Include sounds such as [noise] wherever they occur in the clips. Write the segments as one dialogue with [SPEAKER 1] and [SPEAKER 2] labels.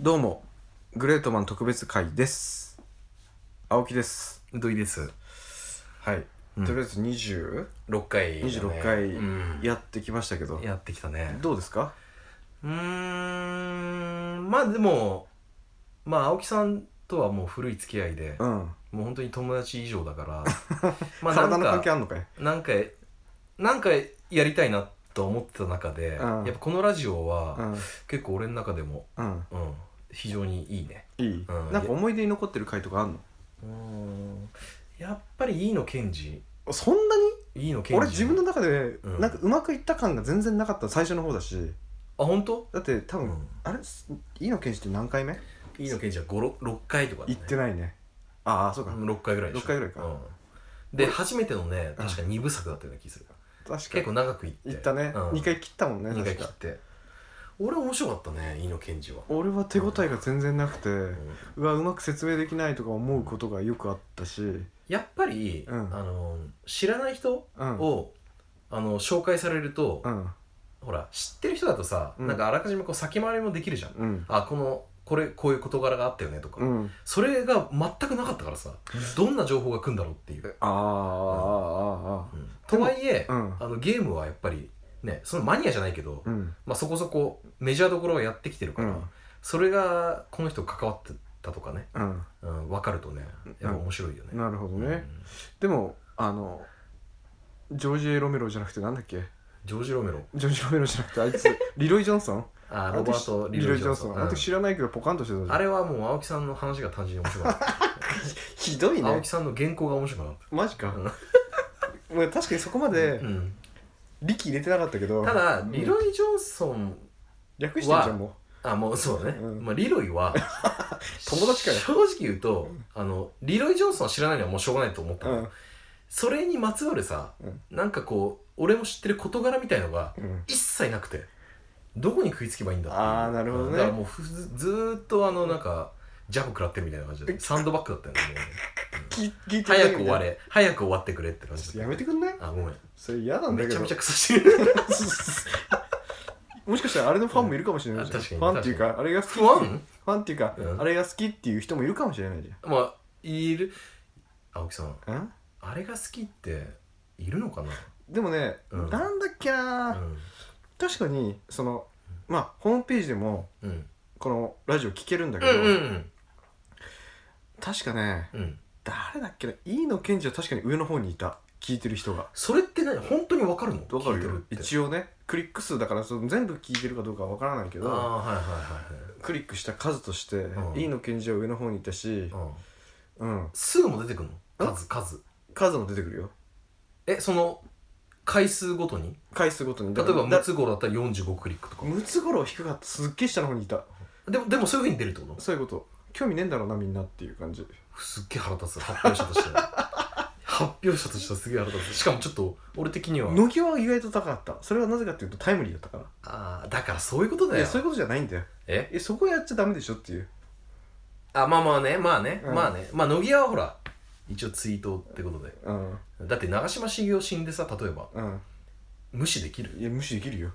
[SPEAKER 1] どうも、グレートマン特別会です。青木です。
[SPEAKER 2] うどいです。
[SPEAKER 1] はい。
[SPEAKER 2] うん
[SPEAKER 1] とりあえず20
[SPEAKER 2] 六回だね、
[SPEAKER 1] 26回
[SPEAKER 2] うん
[SPEAKER 1] やってきましたけど、
[SPEAKER 2] やってきたね。
[SPEAKER 1] どうですか
[SPEAKER 2] うーん、まあでも、まあ青木さんとはもう古い付き合いで、
[SPEAKER 1] うん。
[SPEAKER 2] もう本当に友達以上だから、
[SPEAKER 1] [laughs]
[SPEAKER 2] まあな
[SPEAKER 1] 体
[SPEAKER 2] ん
[SPEAKER 1] の関係
[SPEAKER 2] か、
[SPEAKER 1] あんのかい
[SPEAKER 2] なんか、なんかやりたいなと思ってた中で、
[SPEAKER 1] うん
[SPEAKER 2] やっぱこのラジオ
[SPEAKER 1] う
[SPEAKER 2] は
[SPEAKER 1] ん。
[SPEAKER 2] 結構俺の中でも、
[SPEAKER 1] うん。
[SPEAKER 2] うん、非常にいいね。
[SPEAKER 1] いい、
[SPEAKER 2] うん
[SPEAKER 1] なんか思い出に残ってる回とかあんの
[SPEAKER 2] うん、やっぱりいいの健二、
[SPEAKER 1] そんなに
[SPEAKER 2] いいの健二。
[SPEAKER 1] 俺自分の中で、
[SPEAKER 2] うん
[SPEAKER 1] なんかうまくいった感が全然なかった最初の方だし、
[SPEAKER 2] あ、本当？
[SPEAKER 1] だって多
[SPEAKER 2] う
[SPEAKER 1] 分、
[SPEAKER 2] ん。
[SPEAKER 1] あれすいいの検視って何回目
[SPEAKER 2] いいの健二は五六六回とかだね。
[SPEAKER 1] 行ってないね。ああ、そうか。
[SPEAKER 2] 6回ぐらいでしょ
[SPEAKER 1] 6回ぐらいか
[SPEAKER 2] うんで初めてのね確か2部作だったような気するから
[SPEAKER 1] 確か
[SPEAKER 2] 結
[SPEAKER 1] に
[SPEAKER 2] 構。長くいって
[SPEAKER 1] 行ったね、
[SPEAKER 2] うん
[SPEAKER 1] 2回切ったもんね、
[SPEAKER 2] 二
[SPEAKER 1] 確
[SPEAKER 2] 回切っ
[SPEAKER 1] か。
[SPEAKER 2] て俺面白かったね飯野健二は、
[SPEAKER 1] 俺は手応えが全然なくて、
[SPEAKER 2] うん
[SPEAKER 1] うわうまく説明できないとか思うことがよくあったし、うん、
[SPEAKER 2] やっぱり、
[SPEAKER 1] うん
[SPEAKER 2] あの知らない人
[SPEAKER 1] うん
[SPEAKER 2] を、あの紹介されると、
[SPEAKER 1] うん
[SPEAKER 2] ほら知ってる人だとさ、
[SPEAKER 1] うん
[SPEAKER 2] なんかあらかじめこう先回りもできるじゃん、
[SPEAKER 1] うん
[SPEAKER 2] あこのこれこういう事柄があったよねとか、
[SPEAKER 1] うん
[SPEAKER 2] それが全くなかったからさどんな情報が来んだろうっていう、
[SPEAKER 1] あーあ
[SPEAKER 2] うんとはいえ、
[SPEAKER 1] ーあーあ
[SPEAKER 2] あのゲームはやっぱりねそのマニアじゃないけど、
[SPEAKER 1] ーうんうん
[SPEAKER 2] まあ、そこそこメジャーどころはやってきてるから、
[SPEAKER 1] うん
[SPEAKER 2] それがこの人関わってたとかね、
[SPEAKER 1] うん
[SPEAKER 2] うん、分かるとねやっぱ面白いよね。
[SPEAKER 1] なるほどね、
[SPEAKER 2] うん
[SPEAKER 1] でもあのジョージ・エロメロじゃなくてなんだっけ
[SPEAKER 2] ジョージ・ロメロ
[SPEAKER 1] ジョージ・ロメロじゃなくてあい
[SPEAKER 2] [laughs]
[SPEAKER 1] つリロイ・ジョンソン
[SPEAKER 2] あロバート・リ
[SPEAKER 1] リ
[SPEAKER 2] ロ
[SPEAKER 1] ロ
[SPEAKER 2] イ・
[SPEAKER 1] イ・
[SPEAKER 2] ジ
[SPEAKER 1] ジ
[SPEAKER 2] ョ
[SPEAKER 1] ョ
[SPEAKER 2] ン
[SPEAKER 1] ン
[SPEAKER 2] ソ
[SPEAKER 1] ソ
[SPEAKER 2] ン
[SPEAKER 1] ン、
[SPEAKER 2] うん
[SPEAKER 1] あの時知らないけどポカンとしてたじゃん
[SPEAKER 2] あれはもう青木さんの話が単純に面白かっ
[SPEAKER 1] ひどい
[SPEAKER 2] た青
[SPEAKER 1] ね
[SPEAKER 2] 木さんの原稿が面白かっ
[SPEAKER 1] マジか、 [laughs] まあ確かにそこま
[SPEAKER 2] た、
[SPEAKER 1] で
[SPEAKER 2] うん
[SPEAKER 1] 力入れてなかったけど
[SPEAKER 2] ただ
[SPEAKER 1] ん
[SPEAKER 2] リロイ・ジョンソン
[SPEAKER 1] 略してるじゃんも
[SPEAKER 2] あもうそうだね、
[SPEAKER 1] うん
[SPEAKER 2] まあ、リロイは
[SPEAKER 1] [laughs] 友達かよ
[SPEAKER 2] 正直言うとあのリロイ・ジョンソン知らないのはもうしょうがないと思った
[SPEAKER 1] う
[SPEAKER 2] の、
[SPEAKER 1] うん
[SPEAKER 2] それにまつわるさ、
[SPEAKER 1] うん
[SPEAKER 2] なんかこう俺も知ってる事柄みたいのが
[SPEAKER 1] うん
[SPEAKER 2] 一切なくてどこに食いつけばいいんだっていう
[SPEAKER 1] あーなるほどね
[SPEAKER 2] だからもうふずずーっとあのなんかジャブ食らってるみたいな感じでサンドバッグだ
[SPEAKER 1] [laughs]
[SPEAKER 2] ったよねもうね
[SPEAKER 1] 聞聞いてるだけみた
[SPEAKER 2] 早く
[SPEAKER 1] い
[SPEAKER 2] 終
[SPEAKER 1] な
[SPEAKER 2] われ早く終わってくれって感
[SPEAKER 1] ちょ
[SPEAKER 2] じ
[SPEAKER 1] っ
[SPEAKER 2] だ
[SPEAKER 1] と
[SPEAKER 2] っ
[SPEAKER 1] やめてくんない
[SPEAKER 2] たあごめん
[SPEAKER 1] それ嫌なんだ
[SPEAKER 2] め
[SPEAKER 1] け
[SPEAKER 2] ち
[SPEAKER 1] ど
[SPEAKER 2] ゃめちゃくそしてる [laughs]
[SPEAKER 1] [laughs] もしかしたらあれのファンもいるかもしれないじゃん
[SPEAKER 2] あ確かに
[SPEAKER 1] ファンっていうかあれが好き
[SPEAKER 2] 不安
[SPEAKER 1] ファンっていうか、
[SPEAKER 2] うん
[SPEAKER 1] あれが好きっていう人もいるかもしれないじ
[SPEAKER 2] まあいる青木さん
[SPEAKER 1] ゃん、うん、
[SPEAKER 2] あれが好きっているのかな、
[SPEAKER 1] でもね、
[SPEAKER 2] うん
[SPEAKER 1] なんだっけな、
[SPEAKER 2] うん
[SPEAKER 1] 確かにそのまあホームページでも
[SPEAKER 2] うん、
[SPEAKER 1] このラジオ聞けるんだけ
[SPEAKER 2] う
[SPEAKER 1] ど、
[SPEAKER 2] んうん
[SPEAKER 1] 確かね
[SPEAKER 2] うんうん
[SPEAKER 1] 誰だっけな飯野健二は確かに上の方にいた聞いてる人が
[SPEAKER 2] それってね本当にわかるの
[SPEAKER 1] わかる
[SPEAKER 2] 聞いて
[SPEAKER 1] よ
[SPEAKER 2] るって
[SPEAKER 1] 一応ねクリック数だからその全部聞いてるかどうかはわからないけ
[SPEAKER 2] あ
[SPEAKER 1] ど
[SPEAKER 2] あはいはい
[SPEAKER 1] クリックした数として、
[SPEAKER 2] ん
[SPEAKER 1] 飯野健二は上の方にいたし
[SPEAKER 2] はいはい、うん、
[SPEAKER 1] うん
[SPEAKER 2] 数も出てくるの数数
[SPEAKER 1] 数も出てくるよ
[SPEAKER 2] えその回数ごとに
[SPEAKER 1] 回数ごとに
[SPEAKER 2] 例えばムツゴロウだったら45クリックとか
[SPEAKER 1] ムツゴロウ低かったすっげえ下の方にいた
[SPEAKER 2] でもでもそういうふうに出るってこと
[SPEAKER 1] そういうこと興味ねえんだろうなみんなっていう感じ
[SPEAKER 2] すっげえ腹立つ発表者としては
[SPEAKER 1] [laughs]
[SPEAKER 2] 発表者としてはすげえ腹立つしかもちょっと俺的には
[SPEAKER 1] 野際は意外と高かったそれはなぜかっていうとタイムリーだったか
[SPEAKER 2] ああだからそういうこと
[SPEAKER 1] ら
[SPEAKER 2] だ
[SPEAKER 1] いや
[SPEAKER 2] よ
[SPEAKER 1] そういうことじゃないんだよ
[SPEAKER 2] え
[SPEAKER 1] えそこやっちゃダメでしょっていう
[SPEAKER 2] あまあまあねまあね、
[SPEAKER 1] うん
[SPEAKER 2] まあねまあ乃木屋はほら一応ツイートってことで
[SPEAKER 1] うん
[SPEAKER 2] だって長嶋茂雄死んでさ例えば
[SPEAKER 1] うん
[SPEAKER 2] 無視できる
[SPEAKER 1] いや無視できるよ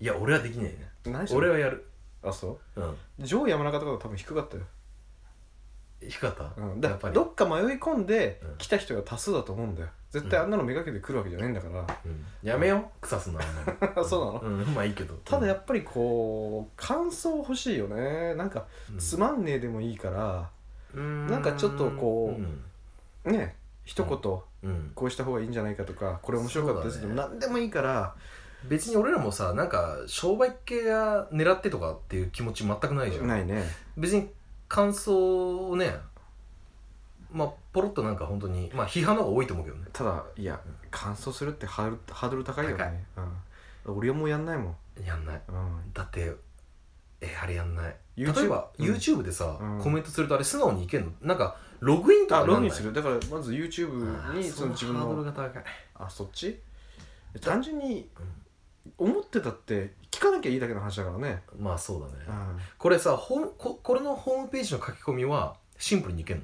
[SPEAKER 2] いや俺はできないね
[SPEAKER 1] 何それ
[SPEAKER 2] 俺はやる
[SPEAKER 1] あそ
[SPEAKER 2] うん
[SPEAKER 1] う上山中とかが多分低かったよ、
[SPEAKER 2] 低かった、
[SPEAKER 1] うん、だ
[SPEAKER 2] や
[SPEAKER 1] か
[SPEAKER 2] っぱ
[SPEAKER 1] ら
[SPEAKER 2] り
[SPEAKER 1] どっか迷い込んで
[SPEAKER 2] うん
[SPEAKER 1] 来た人が多数だと思うんだよ絶対あんなのめがけて来るわけじゃないんだから、
[SPEAKER 2] うんやめよう草すなあんま
[SPEAKER 1] [laughs]
[SPEAKER 2] り
[SPEAKER 1] そうなの
[SPEAKER 2] うん、まあいいけど
[SPEAKER 1] ただやっぱりこう感想欲しいよねなんか
[SPEAKER 2] うん
[SPEAKER 1] つまんねえでもいいから、
[SPEAKER 2] な
[SPEAKER 1] なんかちょっとこう
[SPEAKER 2] うん
[SPEAKER 1] ね一言、
[SPEAKER 2] うん、
[SPEAKER 1] こうした方がいいんじゃないかとかこれ面白かったです
[SPEAKER 2] そう
[SPEAKER 1] で
[SPEAKER 2] だ
[SPEAKER 1] も
[SPEAKER 2] ね
[SPEAKER 1] 何でもいいから
[SPEAKER 2] 別に俺らもさなんか商売系が狙ってとかっていう気持ち全くないじゃん
[SPEAKER 1] ないね
[SPEAKER 2] 別に感想をねまあポロッとなんか本当にまあ批判の方が多いと思うけどね
[SPEAKER 1] ただいや乾燥するってハードルハードル高いよ
[SPEAKER 2] 高い
[SPEAKER 1] ね、うん、俺はもうやんないもん、
[SPEAKER 2] やんない
[SPEAKER 1] うん、
[SPEAKER 2] だってえあれやんない
[SPEAKER 1] YouTube
[SPEAKER 2] 例えば、
[SPEAKER 1] うん
[SPEAKER 2] YouTube でさ、
[SPEAKER 1] うん
[SPEAKER 2] コメントするとあれ素直にいけんのなんかログインとか
[SPEAKER 1] あ
[SPEAKER 2] なんな
[SPEAKER 1] ログイ
[SPEAKER 2] い
[SPEAKER 1] ンするだからまず YouTube
[SPEAKER 2] あ
[SPEAKER 1] に
[SPEAKER 2] ー
[SPEAKER 1] その自分
[SPEAKER 2] ハードル
[SPEAKER 1] の
[SPEAKER 2] が高い
[SPEAKER 1] あそっち単純に思ってたって聞かなきゃいいだけの話だからね、
[SPEAKER 2] まあそうだね、
[SPEAKER 1] うん、
[SPEAKER 2] これさほんここれのホームページの書き込みはシンプルにいけんの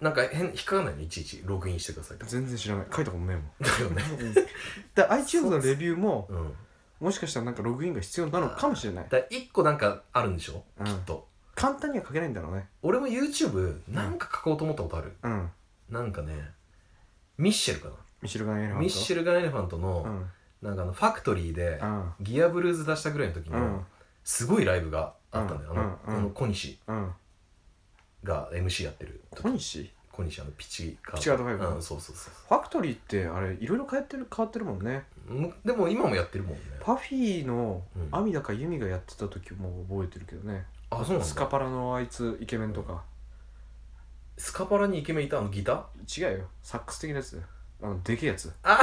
[SPEAKER 2] なんか変引っかかんないのいちいちログインしてくださいとか
[SPEAKER 1] 全然知らない書いたことないもん
[SPEAKER 2] だよね、 [laughs]
[SPEAKER 1] で iTunes のレビューも
[SPEAKER 2] うん、
[SPEAKER 1] もしかしたらなんかログインが必要なのかもしれない
[SPEAKER 2] だから一個なんかあるんでしょ、
[SPEAKER 1] うん
[SPEAKER 2] きっと
[SPEAKER 1] 簡単には書けないんだろうね
[SPEAKER 2] 俺も YouTube なんか書こうと思ったことある、
[SPEAKER 1] うん
[SPEAKER 2] なんかねミッシェルか
[SPEAKER 1] ミシェルガンエレファン
[SPEAKER 2] な
[SPEAKER 1] ト
[SPEAKER 2] ミッシェルガン・エレファント
[SPEAKER 1] う
[SPEAKER 2] の、
[SPEAKER 1] ん
[SPEAKER 2] なんかあのファクトリーで
[SPEAKER 1] うん
[SPEAKER 2] ギアブルーズ出したぐらいの時
[SPEAKER 1] う
[SPEAKER 2] に、
[SPEAKER 1] ん
[SPEAKER 2] すごいライブがあったんだよ、あの,、
[SPEAKER 1] うんうん
[SPEAKER 2] あの小西
[SPEAKER 1] うん
[SPEAKER 2] が MC やってる
[SPEAKER 1] 小西
[SPEAKER 2] 小西あのピチカード
[SPEAKER 1] ピチカードファイブ
[SPEAKER 2] うん、そうそうそう
[SPEAKER 1] ファクトリーってあれいろいろ変えてる変わってるもんね
[SPEAKER 2] むでも今もやってるもんね
[SPEAKER 1] パフィーの
[SPEAKER 2] うん
[SPEAKER 1] アミだかユミがやってた時も覚えてるけどね、
[SPEAKER 2] あそうなんだ
[SPEAKER 1] スカパラのあいつイケメンとか、
[SPEAKER 2] スカパラにイケメンいたあのギター
[SPEAKER 1] 違うよサックス的なやつあのでけえやつ
[SPEAKER 2] あ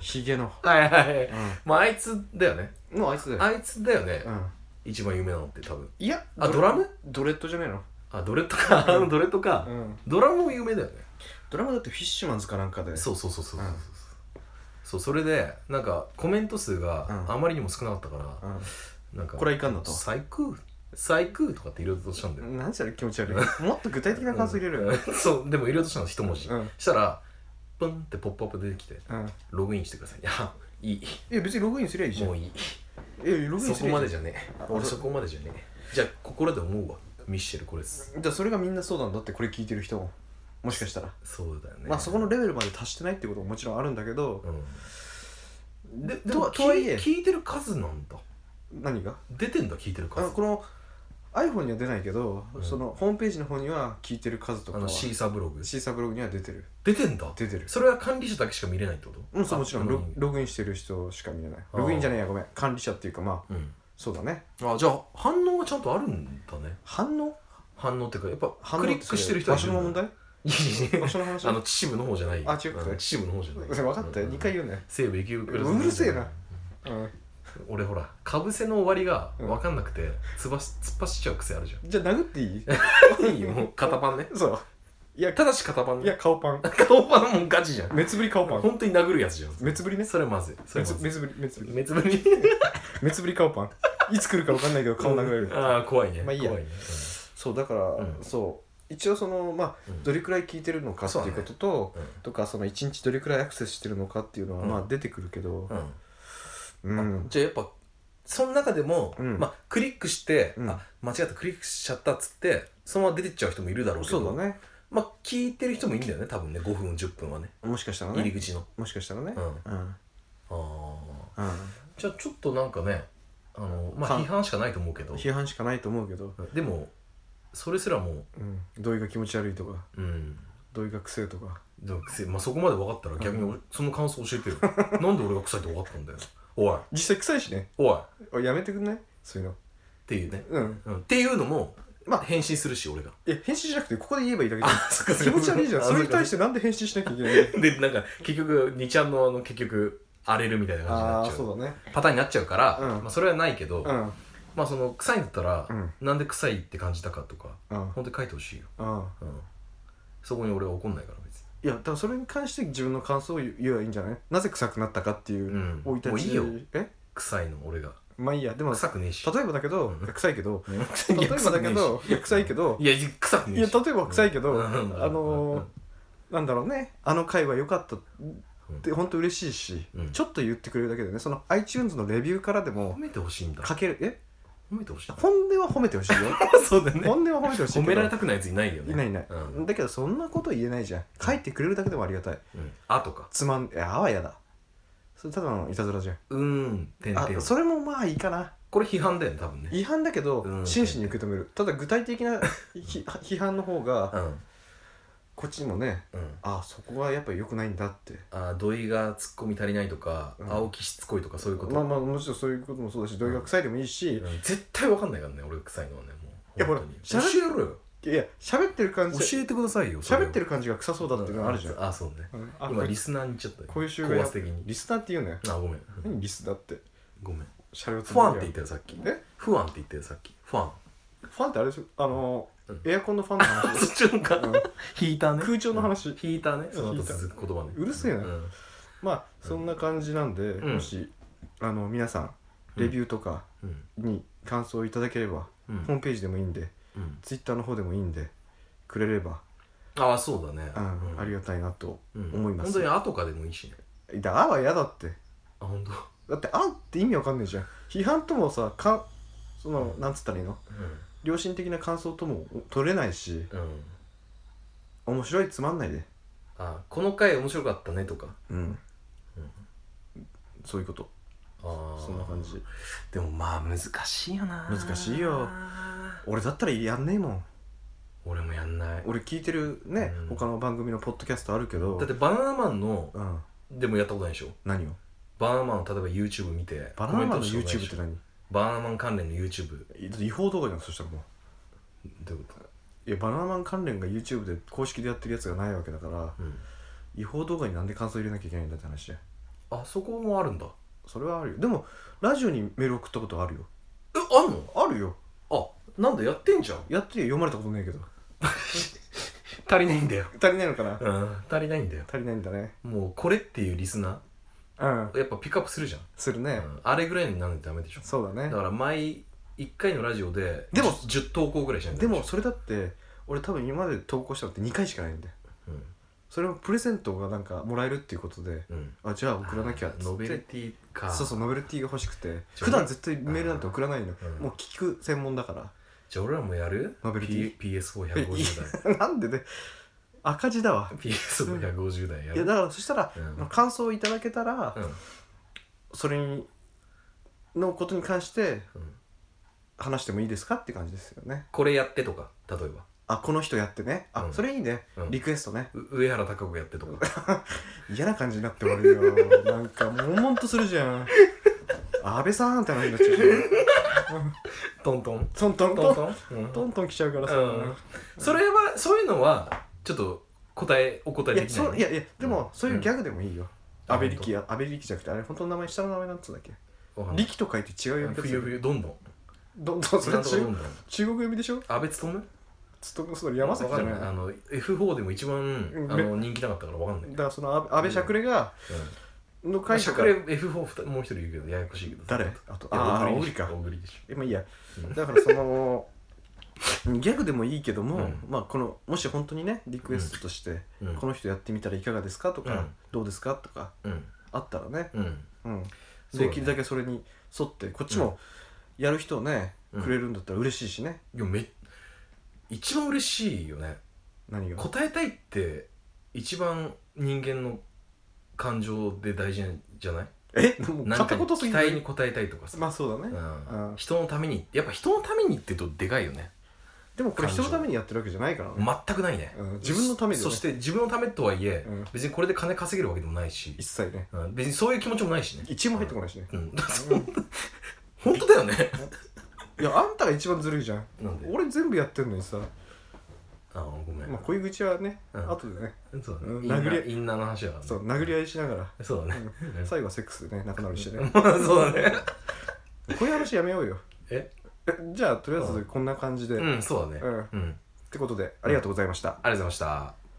[SPEAKER 1] ヒゲの
[SPEAKER 2] はいはいはい
[SPEAKER 1] うん
[SPEAKER 2] まああいつだよね
[SPEAKER 1] もうあいつだよ、
[SPEAKER 2] あいつだよね、
[SPEAKER 1] うん、
[SPEAKER 2] 一番有名なのって多分
[SPEAKER 1] いや
[SPEAKER 2] あ
[SPEAKER 1] ド
[SPEAKER 2] ドラム
[SPEAKER 1] ドレッドじゃねえの、
[SPEAKER 2] あドレッドか [laughs] あのドレッドか、
[SPEAKER 1] うん、
[SPEAKER 2] ドラムも有名だよね
[SPEAKER 1] ドラムだってフィッシュマンズかなんかで
[SPEAKER 2] そうそうそうそうそうそ
[SPEAKER 1] う
[SPEAKER 2] う
[SPEAKER 1] ん
[SPEAKER 2] そうそれでなんかコメント数が
[SPEAKER 1] うん
[SPEAKER 2] あまりにも少なかったから、
[SPEAKER 1] ん、
[SPEAKER 2] なんか
[SPEAKER 1] これはいかんのと
[SPEAKER 2] 最高最高とかって入れようとしたんだよ
[SPEAKER 1] なんじゃ気持ち悪いもっと具体的な感想入れるよ、
[SPEAKER 2] うん [laughs] そうでも入れようとしたの一文字、
[SPEAKER 1] うん
[SPEAKER 2] したらポンってポップアップ出てきて
[SPEAKER 1] うん、い
[SPEAKER 2] ログインしてくださいいやいい
[SPEAKER 1] や別にログインすりゃいいじゃん
[SPEAKER 2] もういい
[SPEAKER 1] えログイ
[SPEAKER 2] そ
[SPEAKER 1] ンす
[SPEAKER 2] こ
[SPEAKER 1] りゃい
[SPEAKER 2] ま
[SPEAKER 1] い
[SPEAKER 2] で
[SPEAKER 1] じ
[SPEAKER 2] じ
[SPEAKER 1] ゃ
[SPEAKER 2] ゃねえ
[SPEAKER 1] あ
[SPEAKER 2] 俺
[SPEAKER 1] 俺
[SPEAKER 2] そこまでじゃねえじゃあ心で思うわミッシェルこれです
[SPEAKER 1] んじゃあそれがみんなそうなんだってこれ聞いてる人ももしかしたら、
[SPEAKER 2] そうだよね
[SPEAKER 1] まあそこのレベルまで達してないってことももちろんあるんだけど、
[SPEAKER 2] うんでで
[SPEAKER 1] と
[SPEAKER 2] も
[SPEAKER 1] とはいえ
[SPEAKER 2] 聞い聞いてる数なんだ
[SPEAKER 1] 何が
[SPEAKER 2] 出てんだ聞いてる
[SPEAKER 1] あ
[SPEAKER 2] 数
[SPEAKER 1] のこの iPhone には出ないけど、
[SPEAKER 2] うん
[SPEAKER 1] そのホームページの方には聞いてる数と
[SPEAKER 2] あ
[SPEAKER 1] かは
[SPEAKER 2] の
[SPEAKER 1] シ
[SPEAKER 2] シーサーブログ
[SPEAKER 1] ーサーブログには出てる
[SPEAKER 2] 出てんだ
[SPEAKER 1] 出てる
[SPEAKER 2] それは管理者だけしか見れないってこと
[SPEAKER 1] うんそうもちろん
[SPEAKER 2] あ
[SPEAKER 1] ロ
[SPEAKER 2] あの
[SPEAKER 1] ログインしてる人しか見れないログインじゃねえやごめん管理者っていうかまあ
[SPEAKER 2] うん
[SPEAKER 1] そうだね
[SPEAKER 2] あじゃあ反応がちゃんとあるんだね
[SPEAKER 1] 反応
[SPEAKER 2] 反応っていうかやっぱ
[SPEAKER 1] 反応
[SPEAKER 2] クリックしてる人
[SPEAKER 1] 場
[SPEAKER 2] はい
[SPEAKER 1] 所
[SPEAKER 2] るん
[SPEAKER 1] の
[SPEAKER 2] だ
[SPEAKER 1] 問題
[SPEAKER 2] いやいやいや
[SPEAKER 1] 場所の話
[SPEAKER 2] [laughs] あの秩父の方じゃない
[SPEAKER 1] あ違うか
[SPEAKER 2] ん秩父の方じゃない
[SPEAKER 1] それ分かったよ
[SPEAKER 2] うん
[SPEAKER 1] 2回言うね
[SPEAKER 2] 西武駅う
[SPEAKER 1] うるせえなうん
[SPEAKER 2] 俺ほらかぶせの終わりが分かんなくてつばし突っ走っちゃう癖あるじゃん
[SPEAKER 1] じゃあ殴っていい
[SPEAKER 2] い
[SPEAKER 1] [laughs]
[SPEAKER 2] いもう肩パンね
[SPEAKER 1] そういや
[SPEAKER 2] ただし肩パン
[SPEAKER 1] いや
[SPEAKER 2] ね
[SPEAKER 1] 顔パン
[SPEAKER 2] 顔パンもうガチじゃん
[SPEAKER 1] 目つぶり顔パン
[SPEAKER 2] 本当に殴るやつじゃん
[SPEAKER 1] 目つぶりね
[SPEAKER 2] それまずいそれ
[SPEAKER 1] 目つ
[SPEAKER 2] まず
[SPEAKER 1] 目
[SPEAKER 2] い
[SPEAKER 1] つぶり目つぶり
[SPEAKER 2] 目つぶり
[SPEAKER 1] 目つぶり顔パンいつ来るか分かんないけど顔殴られる
[SPEAKER 2] [laughs] ああ怖いね
[SPEAKER 1] まあいいや
[SPEAKER 2] 怖ね
[SPEAKER 1] そうだから、
[SPEAKER 2] うん
[SPEAKER 1] そう一応そのまあ
[SPEAKER 2] うん
[SPEAKER 1] どれくらい聞いてるのかっていうことと、
[SPEAKER 2] そうだね
[SPEAKER 1] とかその一日どれくらいアクセスしてるのかっていうのは
[SPEAKER 2] うん
[SPEAKER 1] まあ出てくるけど
[SPEAKER 2] うんうん
[SPEAKER 1] うん、
[SPEAKER 2] じゃあやっぱその中でも、
[SPEAKER 1] うん
[SPEAKER 2] まあ、クリックして、
[SPEAKER 1] うん
[SPEAKER 2] あ間違ったクリックしちゃったっつってそのまま出てっちゃう人もいるだろうけど
[SPEAKER 1] そうだね
[SPEAKER 2] まあ、聞いてる人もいいんだよね多分ね5分10分はね
[SPEAKER 1] もしかしたら
[SPEAKER 2] 入り
[SPEAKER 1] ね
[SPEAKER 2] 口の、
[SPEAKER 1] もしかしたらね
[SPEAKER 2] うん、あ
[SPEAKER 1] うん、うん
[SPEAKER 2] あじゃあちょっとなんかねあの、ま
[SPEAKER 1] か
[SPEAKER 2] あ、批判しかないと思うけど
[SPEAKER 1] 批判しかないと思うけど、
[SPEAKER 2] でもそれすらも
[SPEAKER 1] うん、同意が気持ち悪いとか
[SPEAKER 2] ううん
[SPEAKER 1] 同意が癖とか
[SPEAKER 2] でも癖まあ、そこまで分かったら逆に俺その感想教えてよ [laughs] なんで俺が臭いって分かったんだよおい
[SPEAKER 1] 実際臭いしね
[SPEAKER 2] おいっ
[SPEAKER 1] おいやめてくんないそういうの
[SPEAKER 2] ていうね、
[SPEAKER 1] うん
[SPEAKER 2] うん、っていうのも、
[SPEAKER 1] ま
[SPEAKER 2] ま
[SPEAKER 1] あ
[SPEAKER 2] あ、返信するし俺が
[SPEAKER 1] え返信しなくてここで言えばいいだけじゃん
[SPEAKER 2] そっか
[SPEAKER 1] 気持ち悪いじゃんそれに対しててなんで返信しなきゃいけないの
[SPEAKER 2] でなんか結局2ちゃんのあの結局荒れるみたいな感じにな
[SPEAKER 1] あ
[SPEAKER 2] っ
[SPEAKER 1] あ
[SPEAKER 2] ちゃう
[SPEAKER 1] そうだね
[SPEAKER 2] パターンになっちゃうから、
[SPEAKER 1] うん
[SPEAKER 2] まあ、それはないけど、
[SPEAKER 1] うん
[SPEAKER 2] まあその臭いんだったら、
[SPEAKER 1] うん
[SPEAKER 2] なんで臭いって感じたかとか
[SPEAKER 1] うん
[SPEAKER 2] 本当に書いてほしいよ、
[SPEAKER 1] うん
[SPEAKER 2] うん、そこに俺は怒んないから別に
[SPEAKER 1] いやだからそれに関して自分の感想を言言えばいいんじゃないなぜ臭くなったかっていう
[SPEAKER 2] うん
[SPEAKER 1] 生い立ち、
[SPEAKER 2] もういい
[SPEAKER 1] え
[SPEAKER 2] 臭いの俺が
[SPEAKER 1] まあいいやでも
[SPEAKER 2] 臭くねえし
[SPEAKER 1] 例えばだけど、
[SPEAKER 2] うん
[SPEAKER 1] いや臭いけど
[SPEAKER 2] うん
[SPEAKER 1] 例えばだけどいや臭いけど
[SPEAKER 2] いや臭くね
[SPEAKER 1] い
[SPEAKER 2] え
[SPEAKER 1] や
[SPEAKER 2] し
[SPEAKER 1] 例えば臭いけど、
[SPEAKER 2] うん
[SPEAKER 1] あ
[SPEAKER 2] うん
[SPEAKER 1] のー
[SPEAKER 2] うん
[SPEAKER 1] なんだろうねあの回は良かったって本当嬉しいし、
[SPEAKER 2] うん
[SPEAKER 1] ちょっと言ってくれるだけでねその iTunes のレビューからでも
[SPEAKER 2] 褒めてほしいんだ
[SPEAKER 1] 書けるえ
[SPEAKER 2] 褒めてほ
[SPEAKER 1] [laughs]
[SPEAKER 2] しい
[SPEAKER 1] 本音は褒めてほしいよ
[SPEAKER 2] そうだ
[SPEAKER 1] 本音は褒めてほしいけど
[SPEAKER 2] [laughs] 褒められたくないやついないよね
[SPEAKER 1] いないいない、
[SPEAKER 2] うん
[SPEAKER 1] だけどそんなこと言えないじゃん書いてくれるだけでもありがたい
[SPEAKER 2] うんあとか
[SPEAKER 1] つまんいやあわやだそれただのいたずらじゃん
[SPEAKER 2] うーん点
[SPEAKER 1] あ
[SPEAKER 2] 々
[SPEAKER 1] それもまあいいかな
[SPEAKER 2] これ批判だよね多分ね
[SPEAKER 1] 違反だけど
[SPEAKER 2] うん
[SPEAKER 1] 真摯に受け止めるただ具体的なひ批判の方
[SPEAKER 2] う
[SPEAKER 1] が
[SPEAKER 2] ん
[SPEAKER 1] こっちにもね
[SPEAKER 2] うん
[SPEAKER 1] あそこはやっぱ良くないんだって
[SPEAKER 2] あ土井がツッコミ足りないとか、
[SPEAKER 1] うん
[SPEAKER 2] 青木しつこいとかそういうこと、
[SPEAKER 1] まあまあもちろんそういうこともそうだし同意が臭いでもいいし
[SPEAKER 2] うん絶対わかんないからね俺が臭いのはねもう
[SPEAKER 1] いやほら
[SPEAKER 2] 本当に
[SPEAKER 1] しゃべ
[SPEAKER 2] 教えろよ
[SPEAKER 1] いや喋ってる感じ
[SPEAKER 2] 教えてくださいよ
[SPEAKER 1] 喋って
[SPEAKER 2] る
[SPEAKER 1] る感じが臭そうだっていうのあるじゃん
[SPEAKER 2] あそうね
[SPEAKER 1] うんあこ
[SPEAKER 2] 今
[SPEAKER 1] れ
[SPEAKER 2] リスナーに言っちゃったよ
[SPEAKER 1] こういう集
[SPEAKER 2] 高
[SPEAKER 1] 会や
[SPEAKER 2] 圧的に
[SPEAKER 1] リスナーって言うのよ
[SPEAKER 2] あごめん
[SPEAKER 1] 何リスナーって
[SPEAKER 2] ごめん
[SPEAKER 1] シャレをつ
[SPEAKER 2] ファンって
[SPEAKER 1] ぶや
[SPEAKER 2] 言っ
[SPEAKER 1] いて
[SPEAKER 2] たよさっき
[SPEAKER 1] え
[SPEAKER 2] ファンって言ったよさっきファン
[SPEAKER 1] ファンってあれでしょあのー
[SPEAKER 2] [laughs] うん
[SPEAKER 1] エアコンのファンの
[SPEAKER 2] あ
[SPEAKER 1] 話
[SPEAKER 2] そっちのか、
[SPEAKER 1] うん
[SPEAKER 2] ヒーターね
[SPEAKER 1] 空調の話
[SPEAKER 2] うんヒーターねその後続く言葉ね
[SPEAKER 1] うるせえな
[SPEAKER 2] うん
[SPEAKER 1] まあそんな感じなんで
[SPEAKER 2] ん
[SPEAKER 1] もしあの皆さんレビューとか
[SPEAKER 2] うん
[SPEAKER 1] に感想をいただければ
[SPEAKER 2] う
[SPEAKER 1] ホー
[SPEAKER 2] ん
[SPEAKER 1] ムページでもいいんで
[SPEAKER 2] うん
[SPEAKER 1] ツイッターの方でもいいんでくれれば、
[SPEAKER 2] ああそうだね
[SPEAKER 1] うんあり
[SPEAKER 2] が
[SPEAKER 1] がたいなと
[SPEAKER 2] と
[SPEAKER 1] 思います、
[SPEAKER 2] 本当にあとかでもいいしね
[SPEAKER 1] だあは嫌だって
[SPEAKER 2] あ本当。
[SPEAKER 1] だってあって意味わかんないじゃん批判ともさかんそのなんつったらいいの
[SPEAKER 2] う
[SPEAKER 1] 良心的な感想とも取れないし
[SPEAKER 2] うん
[SPEAKER 1] 面白いつまんないで
[SPEAKER 2] あこの回面白かったねとか
[SPEAKER 1] うん、そういうこと
[SPEAKER 2] あ
[SPEAKER 1] そんな感じ
[SPEAKER 2] でもまあ難しいよな
[SPEAKER 1] 難しいよ俺だったらやんねえもん
[SPEAKER 2] 俺もやんない
[SPEAKER 1] 俺聞いてるね、
[SPEAKER 2] うん
[SPEAKER 1] 他の番組のポッドキャストあるけど
[SPEAKER 2] だってバナナマンの
[SPEAKER 1] うん
[SPEAKER 2] でもやったことないでしょ
[SPEAKER 1] 何を
[SPEAKER 2] バナナマンの例えば YouTube 見て
[SPEAKER 1] バナナマンの
[SPEAKER 2] コメントした
[SPEAKER 1] YouTube っ
[SPEAKER 2] ことないでしてょ
[SPEAKER 1] 何
[SPEAKER 2] バナナマン関連の YouTube
[SPEAKER 1] だって違法動画じゃんそしたらもう
[SPEAKER 2] どういうこ
[SPEAKER 1] いやバナナマン関連が YouTube で公式でやってるやつがないわけだから
[SPEAKER 2] と、うん、
[SPEAKER 1] 違法動画になんで感想入れなきゃいけないんだって話で
[SPEAKER 2] あそこもあるんだ
[SPEAKER 1] それはあるよでもラジオにメール送ったことあるよ
[SPEAKER 2] えあんの
[SPEAKER 1] あるよ
[SPEAKER 2] あなんだやってんじゃん
[SPEAKER 1] やって読まれたことないけど
[SPEAKER 2] 足りないんだよ
[SPEAKER 1] 足りないのかな
[SPEAKER 2] うん足りないんだよ
[SPEAKER 1] 足りないんだね
[SPEAKER 2] もうこれっていうリスナ
[SPEAKER 1] うん
[SPEAKER 2] ーやっぱピックアップするじゃん、
[SPEAKER 1] する
[SPEAKER 2] う
[SPEAKER 1] ね
[SPEAKER 2] ん、あれぐらいになんないとダメでしょ
[SPEAKER 1] そうだね
[SPEAKER 2] だから毎1回のラジオで
[SPEAKER 1] でも
[SPEAKER 2] じゅ 10, 投稿ぐらいじゃん
[SPEAKER 1] でもそれだって俺多分今まで投稿したのって2回しかないんで
[SPEAKER 2] うん
[SPEAKER 1] それもプレゼントがなんかもらえるっていうことで
[SPEAKER 2] うん
[SPEAKER 1] あじゃあ送らなきゃっつって
[SPEAKER 2] ノベルティか
[SPEAKER 1] そうそうノベルティが欲しくて
[SPEAKER 2] じゃあ
[SPEAKER 1] 普段絶対メールなんて送らないの、
[SPEAKER 2] うん
[SPEAKER 1] もう聞く専門だから
[SPEAKER 2] じゃあ俺らもやる
[SPEAKER 1] ノベルティ
[SPEAKER 2] P-
[SPEAKER 1] [laughs]
[SPEAKER 2] ?PS4150 台
[SPEAKER 1] なんでね赤字だわ
[SPEAKER 2] PS4150 台や
[SPEAKER 1] い
[SPEAKER 2] る
[SPEAKER 1] やだからそしたら、
[SPEAKER 2] うん
[SPEAKER 1] 感想をいただけたら、
[SPEAKER 2] うん
[SPEAKER 1] それにのことに関して
[SPEAKER 2] うん
[SPEAKER 1] 話してもいいですかって感じですよね
[SPEAKER 2] これやってとか例えば
[SPEAKER 1] あこの人やってねあ、
[SPEAKER 2] うん
[SPEAKER 1] それいいね、
[SPEAKER 2] うん
[SPEAKER 1] リクエストね
[SPEAKER 2] う上原貴子やってと
[SPEAKER 1] [laughs]
[SPEAKER 2] か
[SPEAKER 1] 嫌な感じになって終わる
[SPEAKER 2] [laughs]
[SPEAKER 1] よなんか悶々とするじゃん安倍さんって話になっちゃう
[SPEAKER 2] トントン
[SPEAKER 1] トントント
[SPEAKER 2] トン
[SPEAKER 1] ン
[SPEAKER 2] トン、うん
[SPEAKER 1] トントン来ちゃうからさ、
[SPEAKER 2] うんそれはそういうのはちょっと答えお答え
[SPEAKER 1] い
[SPEAKER 2] で
[SPEAKER 1] や
[SPEAKER 2] きない
[SPEAKER 1] そういやいやでも、
[SPEAKER 2] うん
[SPEAKER 1] そういうギャグでもいいよ、
[SPEAKER 2] うん
[SPEAKER 1] 安倍力や安倍力じゃなくてあれ本当の名前下の名前なんつうんだっけ
[SPEAKER 2] わかんない
[SPEAKER 1] 力と書いて違う読み方す
[SPEAKER 2] 冬
[SPEAKER 1] る
[SPEAKER 2] 冬どんどん
[SPEAKER 1] どんどんそれ
[SPEAKER 2] なんとかど
[SPEAKER 1] 中
[SPEAKER 2] んどん
[SPEAKER 1] 中国読みでしょ
[SPEAKER 2] 安倍勤
[SPEAKER 1] つっとその山崎じゃない
[SPEAKER 2] わかんあの F4 でも一番
[SPEAKER 1] うん
[SPEAKER 2] あの人気なかったからわかんない
[SPEAKER 1] だからその安倍安倍しゃくれがの
[SPEAKER 2] 会
[SPEAKER 1] 会
[SPEAKER 2] 社
[SPEAKER 1] 社
[SPEAKER 2] から F4 ふたもう一人いるけどややこしいけど
[SPEAKER 1] 誰
[SPEAKER 2] い
[SPEAKER 1] あと
[SPEAKER 2] や
[SPEAKER 1] ああ
[SPEAKER 2] 小
[SPEAKER 1] 小
[SPEAKER 2] 栗
[SPEAKER 1] 栗
[SPEAKER 2] でしょ
[SPEAKER 1] か
[SPEAKER 2] 小栗でしょ
[SPEAKER 1] えまあいいや
[SPEAKER 2] うん
[SPEAKER 1] だからそのギャグでもいいけども、
[SPEAKER 2] うん
[SPEAKER 1] まあこのもし本当にねリクエストとして、
[SPEAKER 2] うん
[SPEAKER 1] この人やってみたらいかがですかとか、
[SPEAKER 2] うん
[SPEAKER 1] どうですかとか
[SPEAKER 2] うん
[SPEAKER 1] あったらね、
[SPEAKER 2] うん
[SPEAKER 1] うん、
[SPEAKER 2] そうだね
[SPEAKER 1] できるだけそれに沿ってこっちもやる人をね、
[SPEAKER 2] うん
[SPEAKER 1] くれるんだったら嬉しいしね
[SPEAKER 2] いやめ一番嬉しいよね
[SPEAKER 1] 何が
[SPEAKER 2] 答えたいって一番人間の感情で大事じゃない
[SPEAKER 1] えもう
[SPEAKER 2] 何か
[SPEAKER 1] 片
[SPEAKER 2] に
[SPEAKER 1] 言す
[SPEAKER 2] 期
[SPEAKER 1] ぎ
[SPEAKER 2] 待に
[SPEAKER 1] る
[SPEAKER 2] 応えたいとかさ、
[SPEAKER 1] まあそうだね、
[SPEAKER 2] うん
[SPEAKER 1] うん
[SPEAKER 2] 人のためにやっぱ人のためにってとでかいよね
[SPEAKER 1] でもこれ人の
[SPEAKER 2] 感情
[SPEAKER 1] ためにやってるわけじゃないからね、
[SPEAKER 2] 全くないね、
[SPEAKER 1] うん自分のためでね
[SPEAKER 2] そして自分のためとはいえ、
[SPEAKER 1] うん
[SPEAKER 2] 別にこれで金稼げるわけでもないし、
[SPEAKER 1] 一切ね
[SPEAKER 2] うん別にそういう気持ちもないしね
[SPEAKER 1] 一円も入ってこないしね、
[SPEAKER 2] うん [laughs] 本当だよね
[SPEAKER 1] [laughs] いやあんたが一番ずるいじゃん
[SPEAKER 2] なんで
[SPEAKER 1] 俺全部やってんのにさ、
[SPEAKER 2] ああごめん、
[SPEAKER 1] まあ、恋口はね、
[SPEAKER 2] うん
[SPEAKER 1] 後でね
[SPEAKER 2] そうだ
[SPEAKER 1] うん
[SPEAKER 2] ねインナ
[SPEAKER 1] 殴り合
[SPEAKER 2] ーインナーの話だからね
[SPEAKER 1] そう殴り合いしながら、
[SPEAKER 2] そうだね
[SPEAKER 1] うん最後はセックスでね仲直りしてね、
[SPEAKER 2] [laughs] そうだね
[SPEAKER 1] こういう話やめようよ
[SPEAKER 2] [laughs] え
[SPEAKER 1] えじゃあとりあえ
[SPEAKER 2] う
[SPEAKER 1] ず
[SPEAKER 2] ん
[SPEAKER 1] こんな感じで、
[SPEAKER 2] うんそうだね
[SPEAKER 1] うん
[SPEAKER 2] うん
[SPEAKER 1] ってことでありがとうございました、
[SPEAKER 2] ありがとうございました